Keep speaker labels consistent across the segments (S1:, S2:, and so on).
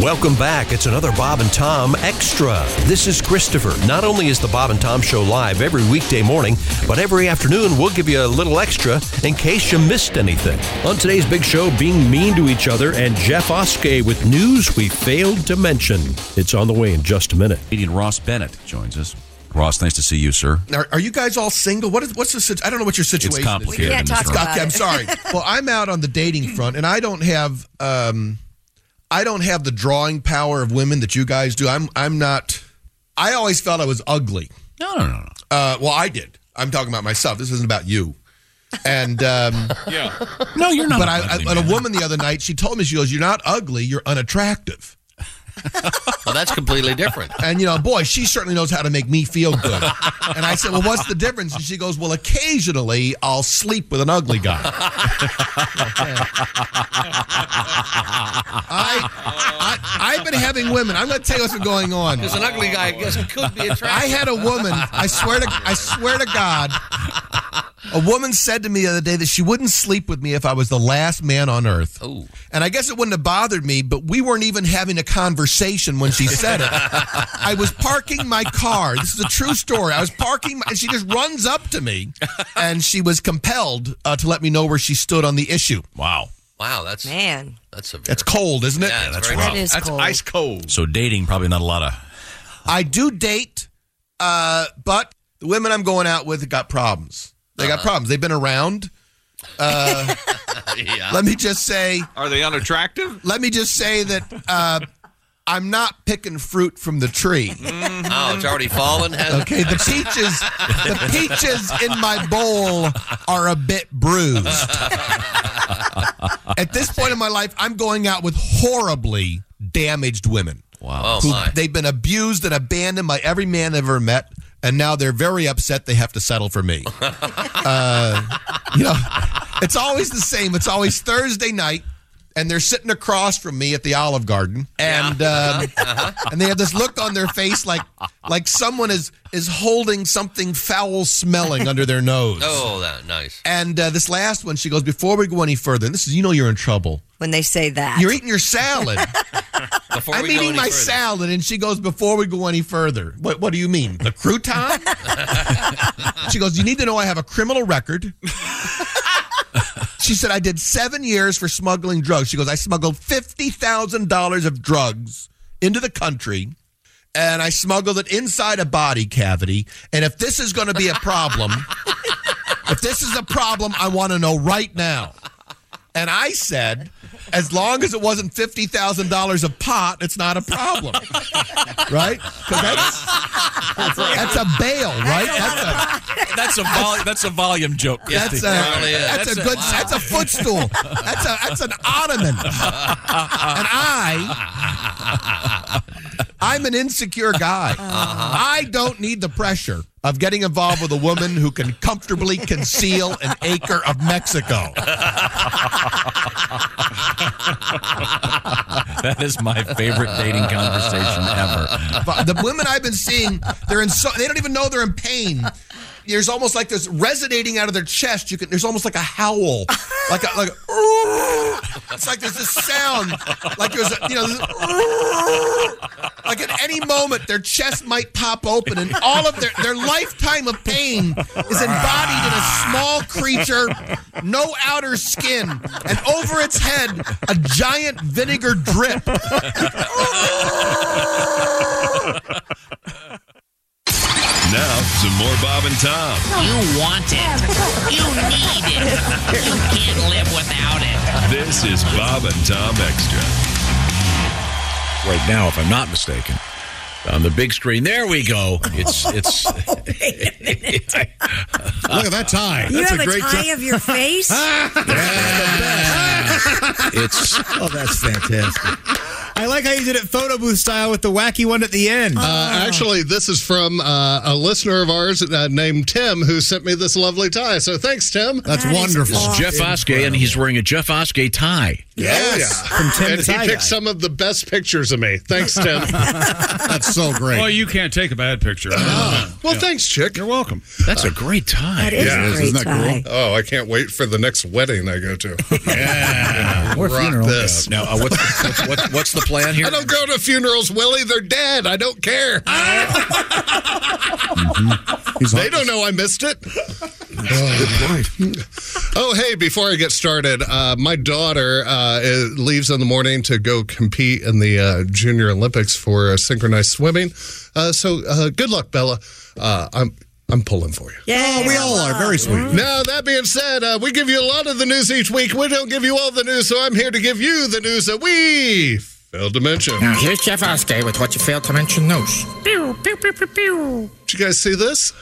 S1: Welcome back. It's another Bob and Tom Extra. This is Christopher. Not only is the Bob and Tom Show live every weekday morning, but every afternoon we'll give you a little extra in case you missed anything. On today's big show, being mean to each other and Jeff Oskey with news we failed to mention. It's on the way in just a minute.
S2: Comedian Ross Bennett joins us. Ross, nice to see you, sir.
S3: Are, are you guys all single? What is what's the situ- I don't know what your situation
S2: It's complicated.
S4: We can't
S2: in this
S4: talk
S2: room.
S3: is.
S4: about-
S3: Okay, I'm sorry. well, I'm out on the dating front, and I don't have um, I don't have the drawing power of women that you guys do. I'm I'm not. I always felt I was ugly.
S2: No, no, no, no.
S3: Uh, well, I did. I'm talking about myself. This isn't about you. And um,
S2: No, you're not.
S3: but
S2: an
S3: I,
S2: ugly
S3: I, and
S2: man.
S3: a woman the other night, she told me she goes, "You're not ugly. You're unattractive."
S5: Well, that's completely different.
S3: And you know, boy, she certainly knows how to make me feel good. And I said, "Well, what's the difference?" And she goes, "Well, occasionally I'll sleep with an ugly guy." I, I I've been having women. I'm going to tell you what's been going on.
S5: Because an ugly guy I guess could be attractive.
S3: I had a woman. I swear to I swear to God, a woman said to me the other day that she wouldn't sleep with me if I was the last man on earth.
S5: Ooh.
S3: And I guess it wouldn't have bothered me, but we weren't even having a conversation when she said it. I was parking my car. This is a true story. I was parking, my, and she just runs up to me, and she was compelled uh, to let me know where she stood on the issue.
S2: wow.
S5: Wow, that's
S4: Man,
S5: that's severe.
S3: That's cold, isn't it?
S5: Yeah, that's
S2: That's
S5: very
S2: rough.
S4: that is cold.
S3: cold.
S2: So dating probably not a lot of.
S3: I do date, uh, but the women I'm going out with got problems. They
S6: Uh-huh.
S3: got problems. They've been around.
S5: yeah.
S3: Let me just say.
S6: Are they unattractive?
S3: Let me just say that uh, I'm not picking fruit from the tree.
S6: Mm-hmm.
S5: Oh, it's already fallen. hasn't it?
S3: Okay, the peaches, the peaches in my bowl are a bit bruised. At this point in my life, I'm going out with horribly damaged women.
S2: Wow.
S5: Oh
S3: who
S5: my.
S3: they've been abused and abandoned by every man I've ever met, and now they're very upset they have to settle for me. uh, you know, it's always the same. It's always Thursday night, and they're sitting across from me at the Olive Garden, and um,
S5: Uh-huh.
S3: and they have this look on their face like like someone is is holding something foul smelling under their nose.
S5: Oh, that nice.
S3: And uh, this last one, she goes, Before we go any further, and this is, you know, you're in trouble.
S4: when they say that.
S3: You're eating your salad.
S5: Before
S3: I'm
S5: we go
S3: eating
S5: any
S3: my
S5: further,
S3: salad, and she goes, Before we go any further, what, what do you mean? The crouton? she goes, You need to know I have a criminal record. she said, I did seven years for smuggling drugs. She goes, I smuggled $50,000 of drugs into the country. And I smuggled it inside a body cavity. And if this is going to be a problem, if this is a problem, I want to know right now. And I said, as long as it wasn't fifty thousand dollars of pot, it's not a problem, right? 'Cause that's that's a bail, right? That's a
S2: That's a vol- that's a volume joke.
S3: that's a
S2: Christy.
S5: really is.
S3: that's,
S5: That's
S3: a
S5: a-
S3: good
S5: wow.
S3: that's a footstool. That's a that's an ottoman. and I I'm an insecure guy. I don't need the pressure of getting involved with a woman who can comfortably conceal an acre of Mexico.
S2: that is my favorite dating conversation ever.
S3: But the women I've been seeing, they're in so they don't even know they're in pain. There's almost like this resonating out of their chest. You can there's almost like a howl, like a, like a, it's like there's this sound, like there's a, you know, this, like at any moment their chest might pop open, and all of their their lifetime of pain is embodied in a small creature, no outer skin, and over its head a giant vinegar drip.
S7: Now, some more Bob and Tom.
S8: You want it. You need it. You can't live without it.
S7: This is Bob and Tom Extra.
S9: right now, if I'm not mistaken, on the big screen. There we go. It's it's. Look at that tie.
S4: you have a, tie of your face?
S9: It's
S10: Oh, that's fantastic.
S6: I like how you did it photo booth style with the wacky one at the end.
S9: Uh-huh.
S10: Uh, actually, this is from uh, a listener of ours uh, named Tim who sent me this lovely tie. So thanks, Tim.
S9: That's wonderful.
S6: Oh.
S9: This is Jeff Oskey, and he's wearing a Jeff Oskey tie.
S10: Yes.
S6: From Tim
S10: and
S6: the
S10: he
S6: Tie
S10: picked
S6: Guy.
S10: some of the best pictures of me. Thanks, Tim.
S6: That's so great.
S11: Well, you can't take a bad picture.
S10: well, thanks, Chick. You're welcome.
S9: Oh, That's a great tie.
S10: That
S9: is
S10: yeah.
S9: a great Isn't that tie.
S10: cool? Oh, I can't wait for the next wedding I go to. yeah.
S9: Or
S10: Rock
S9: funeral.
S10: this.
S9: Now, uh, what's, what's, what's, what's the plan here?
S10: I don't go to funerals, Willie. They're dead. I don't care. They don't know I missed it. oh, hey, before I get started, uh, my daughter uh, is- leaves in the morning to go compete in the uh, Junior Olympics for uh, synchronized swimming. Uh, so uh, good luck, Bella. Uh, I'm. I'm pulling for you.
S4: Yeah,
S6: we all are. Very sweet.
S10: Now, that being said, uh, we give you a lot of the news each week. We don't give you all the news, so I'm here to give you the news that we failed to mention.
S12: Now, here's Jeff Oskey with what you failed to mention news.
S10: Did you guys see this?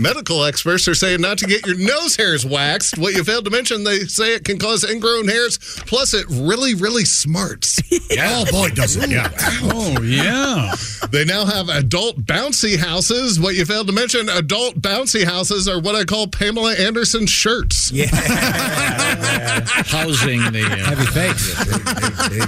S10: Medical experts are saying not to get your nose hairs waxed. What you failed to mention, they say it can cause ingrown hairs. Plus, it really, really smarts.
S6: Oh boy, does it! Yeah.
S10: Oh, yeah. They now have adult bouncy houses. What you failed to mention, adult bouncy houses are what I call Pamela Anderson shirts. Yeah.
S9: Housing the. Uh, Heavy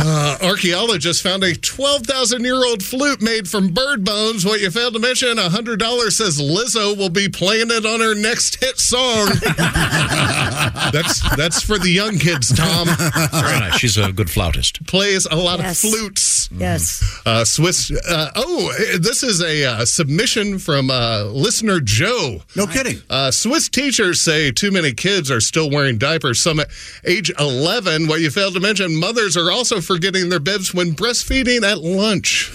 S10: Uh, archaeologists found a 12,000 year old flute made from bird bones. What you failed to mention, $100 says Lizzo will be playing it on her next hit song. that's, that's for the young kids, Tom.
S9: She's a good flautist.
S10: Plays a lot
S4: Yes.
S10: of flutes.
S4: Yes.
S10: Uh, Swiss. Uh, oh, eh, this is a uh, submission from uh, listener Joe.
S6: No kidding.
S10: Uh, Swiss teachers say too many kids are still wearing diapers. Some at age 11. What you failed to mention, mothers are also forgetting their bibs when breastfeeding at lunch.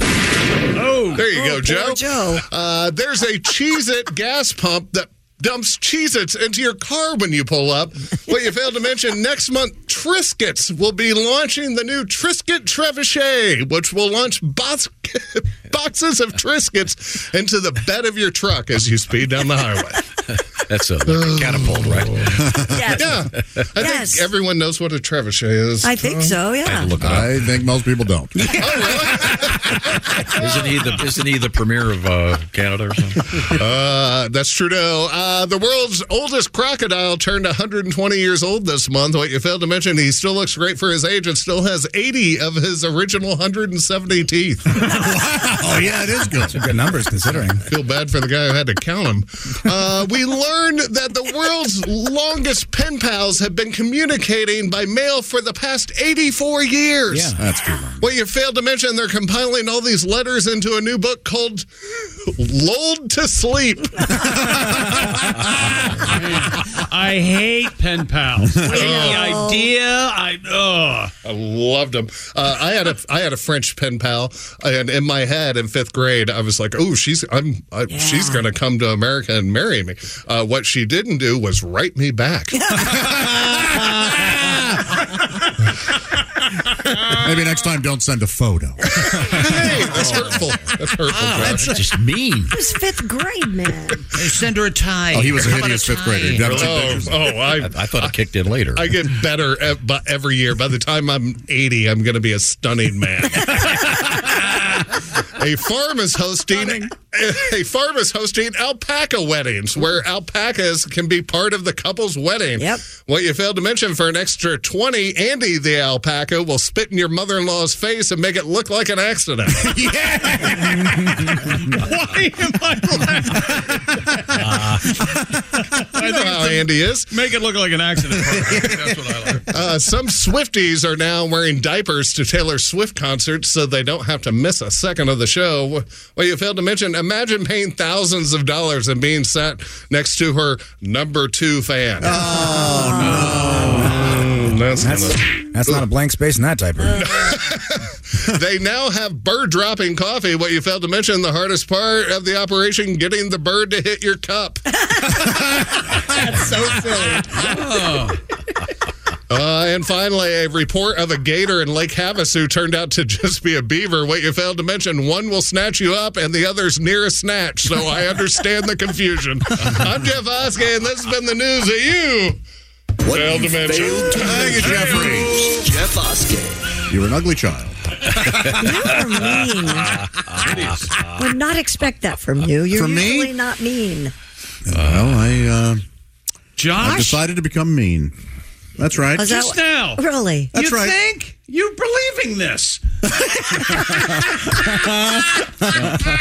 S10: oh, there you go, Joe.
S4: Joe.
S10: Uh, there's a Cheez It gas pump that dumps Cheez Its into your car when you pull up. What you failed to mention, next month, Triscuits will be launching the new Triscuit Trebuchet, which will launch box- boxes of Triscuits into the bed of your truck as you speed down the highway.
S9: That's a catapult, right?
S4: Yes.
S10: Yeah. I
S4: Yes.
S10: think everyone knows what a trebuchet is.
S4: I think so, yeah.
S9: Look it up.
S13: I think most people don't.
S9: Isn't he the isn't he the premier of uh, Canada or something?
S10: Uh, that's Trudeau. Uh, the world's oldest crocodile turned 120 years old this month. What you failed to mention, he still looks great for his age and still has 80 of his original 170 teeth.
S6: Oh yeah, it is good. good numbers considering.
S10: Feel bad for the guy who had to count them. Uh, we learned that the world's longest pen pals have been communicating by mail for the past 84 years.
S13: Yeah, that's too long.
S10: Well, you failed to mention they're compiling all these letters into a new book called Lulled to Sleep.
S11: I hate pen pals. Any idea? I ugh.
S10: I loved him. Uh, I had a I had a French pen pal, and in my head in fifth grade, I was like, "Oh, she's I'm I, she's going to come to America and marry me." Uh, what she didn't do was write me back.
S13: Maybe next time, don't send a photo. Ah.
S10: hey, that's hurtful. That's hurtful. Josh.
S9: just mean.
S4: It was fifth grade, man.
S12: Send her a tie.
S13: Oh, he was a
S12: How about
S13: hideous fifth grader.
S12: tie?
S13: You haven't seen
S10: Oh,
S13: pictures.
S10: oh, I
S9: I thought it kicked in later.
S10: I get better ev- bu- every year. By the time I'm 80, I'm going to be a stunning man. a farm is hosting a farm is hosting alpaca weddings where alpacas can be part of the couple's wedding.
S4: Yep.
S10: What you failed to mention for an extra 20, Andy the alpaca will spit in your mother-in-law's face and make it look like an accident.
S11: Why am I laughing?
S10: I know how Andy is.
S11: Make it look like an accident. That's what I like.
S10: Uh, some Swifties are now wearing diapers to Taylor Swift concerts so they don't have to miss a second of the show. Well, you failed to mention, imagine paying thousands of dollars and being sat next to her number two fan. Oh, no. That's,
S6: That's not a blank space in that type of.
S10: they now have bird dropping coffee. What you failed to mention, the hardest part of the operation, getting the bird to hit your cup.
S4: so silly.
S10: Uh, and finally, a report of a gator in Lake Havasu turned out to just be a beaver. What you failed to mention, one will snatch you up and the other's near a snatch. So I understand the confusion. I'm Jeff Oskey, and this has been the news that you
S13: What
S10: Failed
S13: you
S10: to mention.
S13: failed to
S10: Hang it,
S13: mention.
S10: Jeffrey.
S13: Jeff Oskey. You're an ugly child.
S4: You're mean. I would not expect that from you. You're
S13: From me?
S4: usually not mean.
S13: well, I. Uh,
S11: Josh?
S13: I decided to become mean. That's right.
S4: Is that
S11: Just
S4: wh-
S11: now.
S4: Really?
S13: That's
S11: you
S13: right.
S11: think? You're believing this.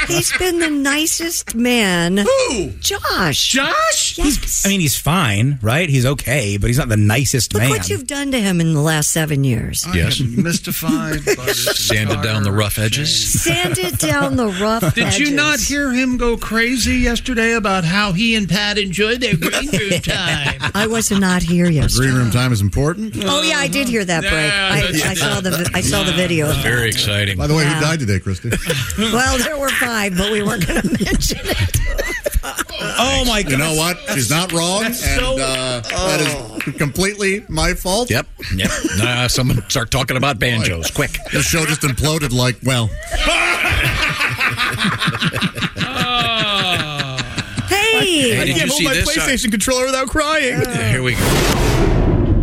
S4: He's been the nicest man.
S11: Who?
S4: Josh.
S11: Josh?
S4: Yes.
S14: I mean, he's fine, right? He's okay, but he's not the nicest
S4: Look
S14: man.
S4: what you've done to him in the last seven years.
S14: Yes.
S11: mystified.
S9: Sanded down the rough edges.
S4: Sanded down the rough
S11: Did you not hear him go crazy yesterday about how he and Pat enjoyed their green room time?
S4: I was not here yesterday.
S13: Green room time is important.
S4: Oh yeah, I did hear that break. I, I saw the vi- I saw the video. of that.
S9: Very exciting.
S13: By the way,
S4: Wow.
S13: who died today, Christy?
S4: Well, there were five, but we weren't going to mention it.
S13: Oh my god! You know what? She's not wrong, and
S4: so-
S13: uh, that is completely my fault.
S9: Yep. Yep. nah, someone start talking about banjos quick.
S13: The show just imploded. Like, well,
S4: Hey,
S9: Hey, did you see this? Uh,
S13: controller without crying.
S9: Here we go.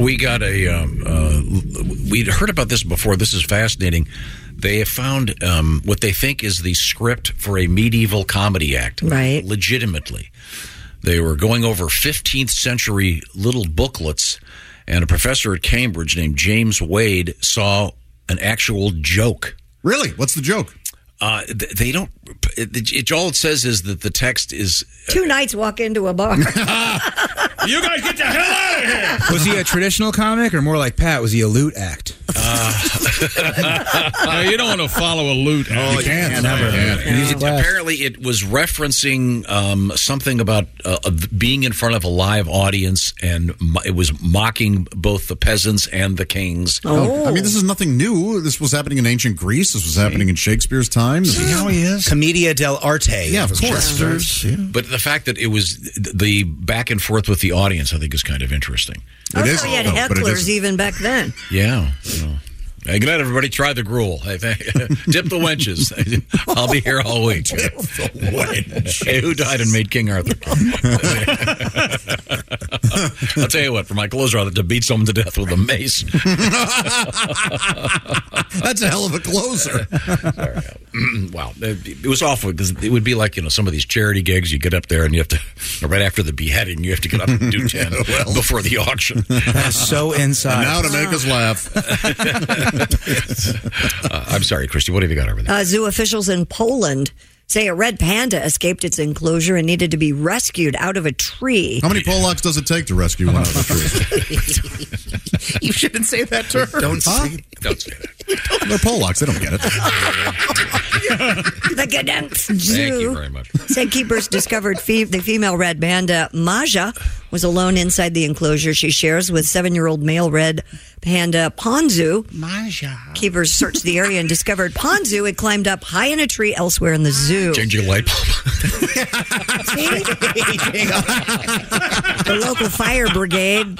S9: We got a. Um, uh, we'd heard about this before. This is fascinating. They have found um, what they think is the script for a medieval comedy act. Right. Legitimately, they were going over 15th century little booklets, and a professor at Cambridge named James Wade saw an actual joke.
S13: Really? What's the joke?
S9: Uh, th- they don't. It, it, all it says is that the text is
S4: two nights walk into a bar.
S11: you guys get the hell out of here.
S14: was he a traditional comic or more like Pat? Was he a lute act?
S11: No, you don't want to follow a loot. Oh,
S14: you can't. Never. Yeah.
S9: It- apparently, it was referencing um, something about uh, of being in front of a live audience, and mo- it was mocking both the peasants and the kings.
S13: Oh, I
S4: Oh.
S13: mean, this is nothing new. This was happening in ancient Greece. This was happening in Shakespeare's time. This is-
S14: he is? Commedia dell'arte.
S13: Yeah, of course.
S9: But the fact that it was th- the back and forth with the audience, I think, is kind of interesting.
S4: I thought Oh, we had hecklers even back then.
S9: Yeah. you know. Hey, good night, everybody. Try the gruel. Hey, thank- Dip the wenches. I'll be here all week. Hey, who died and made King Arthur? I'll tell you what, for my closer, I'll have to beat someone to death with a mace.
S13: That's a hell of a closer.
S9: wow. It was awful because it would be like, you know, some of these charity gigs. You get up there and you have to, right after the beheading, you have to get up and do 10 before the auction.
S14: That's so inside.
S13: Now to make us laugh.
S9: Uh, I'm sorry, Christy. What have you got over there?
S4: Uh, zoo officials in Poland say a red panda escaped its enclosure and needed to be rescued out of a tree.
S13: How many Polacks does it take to rescue one out of a tree?
S4: You shouldn't say that term.
S13: Don't Huh? say-
S9: Don't say that.
S13: They're Polacks. They don't get it.
S4: the Gdansk Zoo.
S13: Thank you very
S9: much.
S4: Said keepers discovered fe- the female red panda Maja was alone inside the enclosure she shares with seven-year-old male red panda Ponzu. Maja. Keepers searched the area and discovered Ponzu had climbed up high in a tree elsewhere in the zoo.
S9: Change your light bulb.
S4: The local fire brigade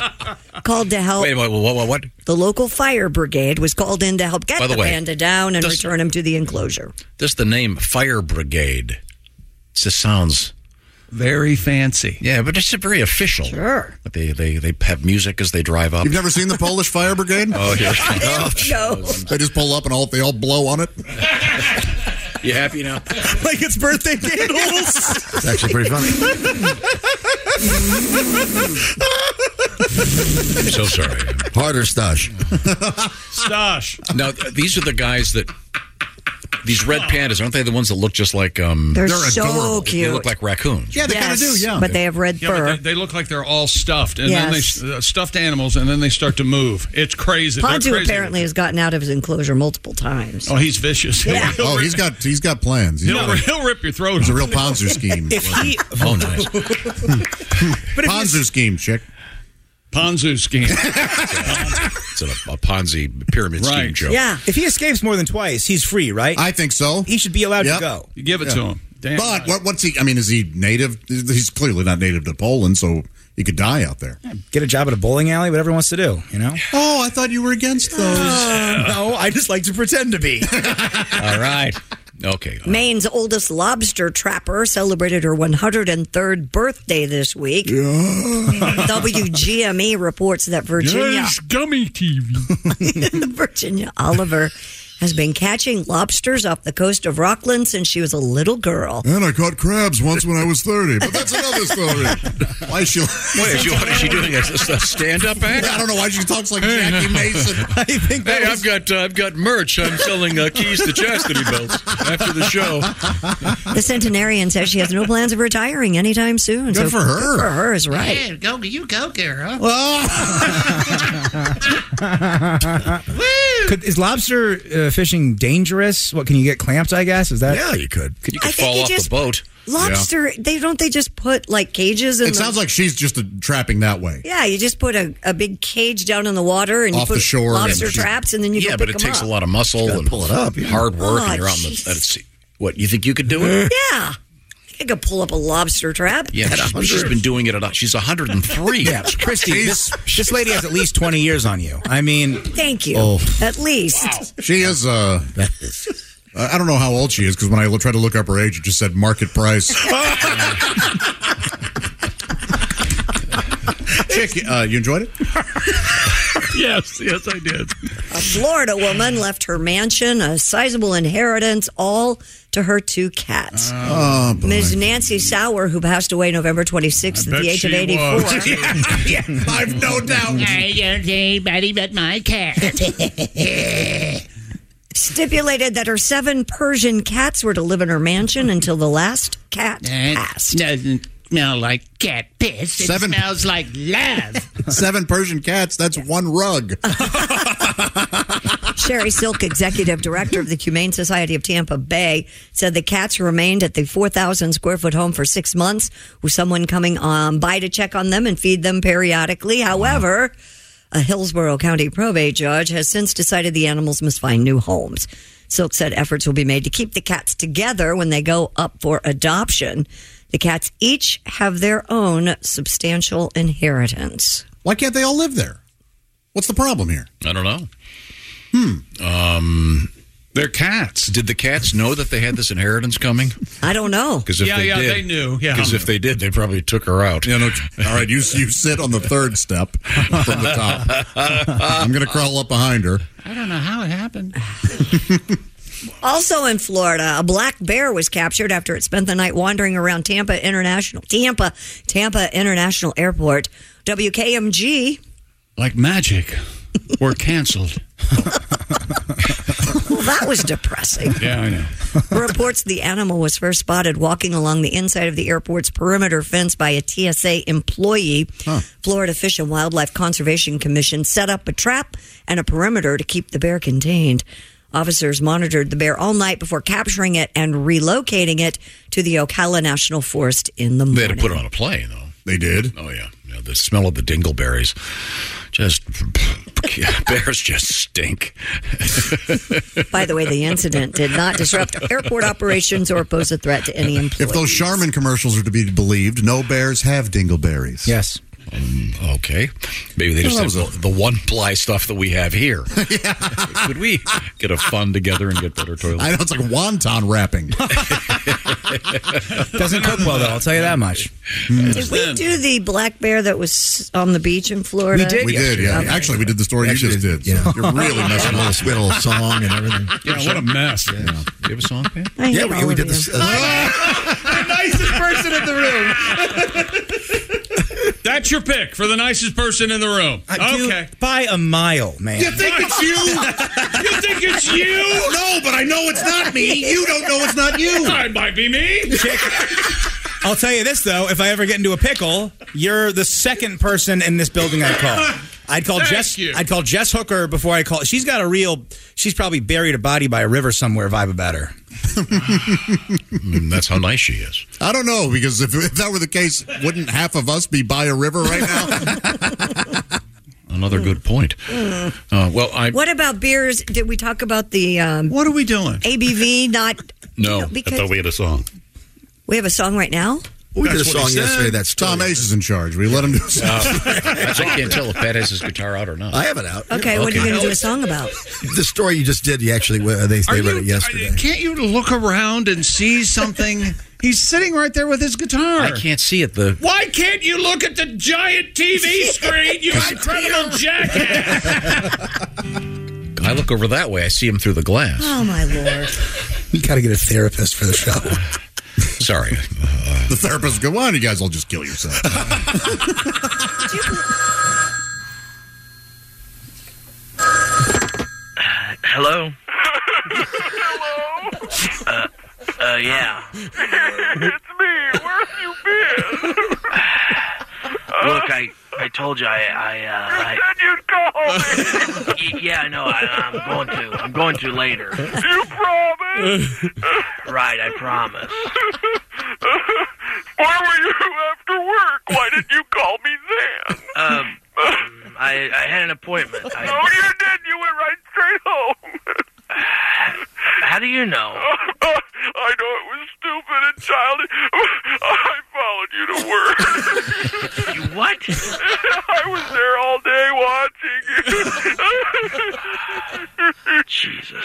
S4: called to help.
S9: Wait a minute. What? What? what?
S4: The local fire brigade was called in to help get
S9: By
S4: the,
S9: the way,
S4: panda down and return him to the enclosure.
S9: Just the name Fire Brigade. It just sounds Very fancy. Yeah, but it's very official. Sure. But they, they, they have music as they drive up.
S13: You've never seen the Polish fire brigade?
S9: Oh, yeah.
S13: no. They just pull up and all they all blow on it.
S9: You happy now?
S13: like it's birthday candles.
S9: It's actually pretty funny. I'm so sorry.
S15: Harder stash.
S11: Stosh.
S9: Now, th- these are the guys that. These red pandas, aren't they the ones that look just like um?
S4: They're so
S9: They
S4: cute.
S9: look like raccoons.
S4: Yeah, they kinda Yes, do, yeah. but they have red
S11: Yeah, but
S4: fur.
S11: They, they look like they're all stuffed, and
S4: Yes.
S11: then they uh, stuffed animals, and then they start to move. It's crazy. They're
S4: Ponzu
S11: crazy.
S4: apparently has gotten out of his enclosure multiple times.
S11: Oh, he's vicious.
S4: Yeah.
S13: oh, he's got he's got plans. He's
S11: He'll,
S13: got a-
S11: he'll rip your throat.
S13: It's a real Ponzu scheme.
S11: If he-
S9: oh, nice.
S13: Ponzu scheme, chick.
S11: Ponzu scheme.
S9: It's a, a Ponzi pyramid scheme joke.
S14: Yeah. If he escapes more than twice, he's free, right? I
S13: think so.
S14: He should be allowed
S13: Yep.
S14: to go.
S13: Yeah. but what, what's he? I mean, is he native? He's clearly not native to Poland, so he could die out there.
S14: Get a job at a bowling alley, whatever he wants to do, you know? Uh,
S13: Oh, I thought you were against those.
S14: no, I just like to pretend to be.
S9: All right. Okay.
S4: Maine's oldest lobster trapper celebrated her 103rd birthday this week. WGME E reports that Virginia
S11: gummy TV.
S4: Virginia Oliver has been catching lobsters off the coast of Rockland since she was a little girl.
S13: And I caught crabs once when I was 30, but that's another story. Why is she,
S9: Why is she, what is she doing? A, a stand-up act?
S13: I don't know why she talks like Jackie Mason.
S9: I think hey, I've got uh, I've got merch. I'm selling uh, keys to chastity belts after the show.
S4: The centenarian says she has no plans of retiring anytime soon.
S9: Good for her.
S4: Good for her is right.
S8: Yeah, go, you go, girl.
S14: could, is lobster uh, fishing dangerous? What can you get clamped? I guess is that?
S13: Yeah, you could.
S14: You
S4: I think you just- Lobster, they don't they just put like cages in
S13: It
S4: the-
S13: sounds like she's just a, trapping that way.
S4: Yeah, you just put a, a big cage down in the water and you
S13: Off the
S4: put
S13: shore and
S4: lobster
S13: she-
S4: traps and then you
S9: yeah,
S4: go
S9: but
S4: pick
S9: it
S4: 'em
S9: takes
S4: up.
S9: a lot of muscle and pull it up. Hard work,
S4: Oh,
S9: and you're on the.
S4: jeez.
S9: Let's see. What you think you could do it?
S4: Yeah. I think I could pull up a lobster trap.
S9: Yeah, she's, she's been doing it. At, she's 103.
S14: Yeah, Christy, this, this lady has at least twenty years on you. I mean,
S4: Thank you.
S14: Oh.
S4: At least.
S13: She is, uh, I I don't know how old she is because when I lo- tried to look up her age, it just said market price. Chick, uh, you enjoyed it?
S11: yes, yes, I did.
S4: A Florida woman left her mansion, a sizable inheritance, all to her two cats.
S13: Oh, boy.
S4: Ms. Nancy Sauer, who passed away November 26th at the age of 84.
S13: I've no doubt.
S8: I don't anybody but my cat.
S4: Stipulated that her seven Persian cats were to live in her mansion until the last cat passed.
S8: Doesn't smell like cat piss. It
S13: Seven-
S8: smells like love.
S13: Seven Persian cats, that's one rug.
S4: Sherry Silk, executive director of the Humane Society of Tampa Bay, said the cats remained at the 4,000 square foot home for six months with someone coming um, by to check on them and feed them periodically. However, a Hillsborough County probate judge has since decided the animals must find new homes. Silk said efforts will be made to keep the cats together when they go up for adoption. The cats each have their own substantial inheritance.
S13: Why can't they all live there? What's the problem here?
S9: I don't know. Hmm. Um,
S11: they're cats.
S9: Did the cats know that they had this inheritance coming?
S4: I don't know.
S9: Because if
S11: Yeah,
S9: they
S11: yeah,
S9: did,
S11: they knew. Yeah.
S9: Because if they did, they probably took her out.
S13: You know, all right, you you sit on the third step from the top. I'm going to crawl up behind her.
S8: I don't know how it happened.
S4: Also in Florida, a black bear was captured after it spent the night wandering around Tampa International Tampa Tampa International Airport. WKMG
S11: Like magic, were canceled.
S4: well, that was depressing.
S11: Yeah, I know.
S4: Reports the animal was first spotted walking along the inside of the airport's perimeter fence by a TSA employee. Florida Fish and Wildlife Conservation Commission set up a trap and a perimeter to keep the bear contained. Officers monitored the bear all night before capturing it and relocating it to the Ocala National Forest in the
S9: They
S4: morning.
S9: had to put her on a plane, though.
S13: They did.
S9: Oh yeah. Yeah, the smell of the dingleberries, just yeah, bears just stink.
S4: By the way, the incident did not disrupt airport operations or pose a threat to any employee.
S13: If those Charmin commercials are to be believed, no bears have dingleberries.
S14: Yes.
S9: Okay, maybe they just
S13: Well,
S9: have
S13: that was
S9: the, the one ply stuff that we have here. Could we get a fund together and get better toilets?
S13: I know it's like wonton wrapping.
S14: Doesn't cook well, though. I'll tell you that much.
S4: Did we do the black bear that was on the beach in Florida?
S13: We did, yeah.
S4: Okay.
S13: Actually, we did the story you just did. So You're really messing with us.
S15: We had a little song and everything.
S13: Yeah, what a
S15: mess. Yeah.
S9: You have a song, Pat?
S4: I hate
S15: Yeah, we,
S4: all
S15: we
S4: of
S15: did
S4: you.
S15: this. Uh,
S11: the nicest person in the room. That's your pick for the nicest person in the room. okay.
S14: By a mile, man.
S11: You think it's you? You think it's you?
S14: No, but I know it's not me. You don't know it's not you.
S11: It might be me.
S14: I'll tell you this though: if I ever get into a pickle, you're the second person in this building I'd call. I'd call
S11: Thank
S14: Jess.
S11: you.
S14: I'd call Jess Hooker before I call. She's got a real. She's probably buried a body by a river somewhere. Vibe about her.
S9: that's how nice she is.
S13: I don't know because if, if that were the case, wouldn't half of us be by a river right now?
S9: Another good point.
S4: Mm.
S9: Uh, well, I
S4: What about beers? Did we talk about the? Um,
S9: what are we doing?
S4: ABV not.
S9: no.
S4: because-
S9: we had a song.
S4: We have a song right now.
S13: We
S9: That's what he said.
S13: That's Tom Ace is in charge. We let him do his
S9: I can't tell if Pat has his guitar out or not.
S15: I have it out.
S4: Okay, what are you
S15: Okay.
S4: going to do a song about?
S15: the story you just did, you actually, uh, they, they read it yesterday.
S2: Can't you look around and see something? He's sitting right there with his guitar.
S9: I can't see it. The
S11: Why can't you look at the giant TV screen, you incredible jackass?
S9: I look over that way. I see him through the glass.
S4: Oh my lord!
S15: We got to get a therapist for the show.
S9: Sorry.
S13: the therapist go, why don't you guys all just kill yourself?
S16: Hello. Hello. Uh, uh, yeah.
S8: it's me. Where have you been?
S16: Look, I I told you I I uh, I,
S8: You'd call me.
S16: y- yeah I know I, I'm going to I'm going to later.
S8: You promised.
S16: Right, I promise.
S8: Why were you after work? Why didn't you call me then?
S16: Um, I I had an appointment.
S8: No,
S16: I,
S8: you did. You went right straight home.
S16: how do you know?
S8: I know it was stupid and childish. I followed you to work.
S16: you what?
S8: I was there all day watching you.
S16: Jesus.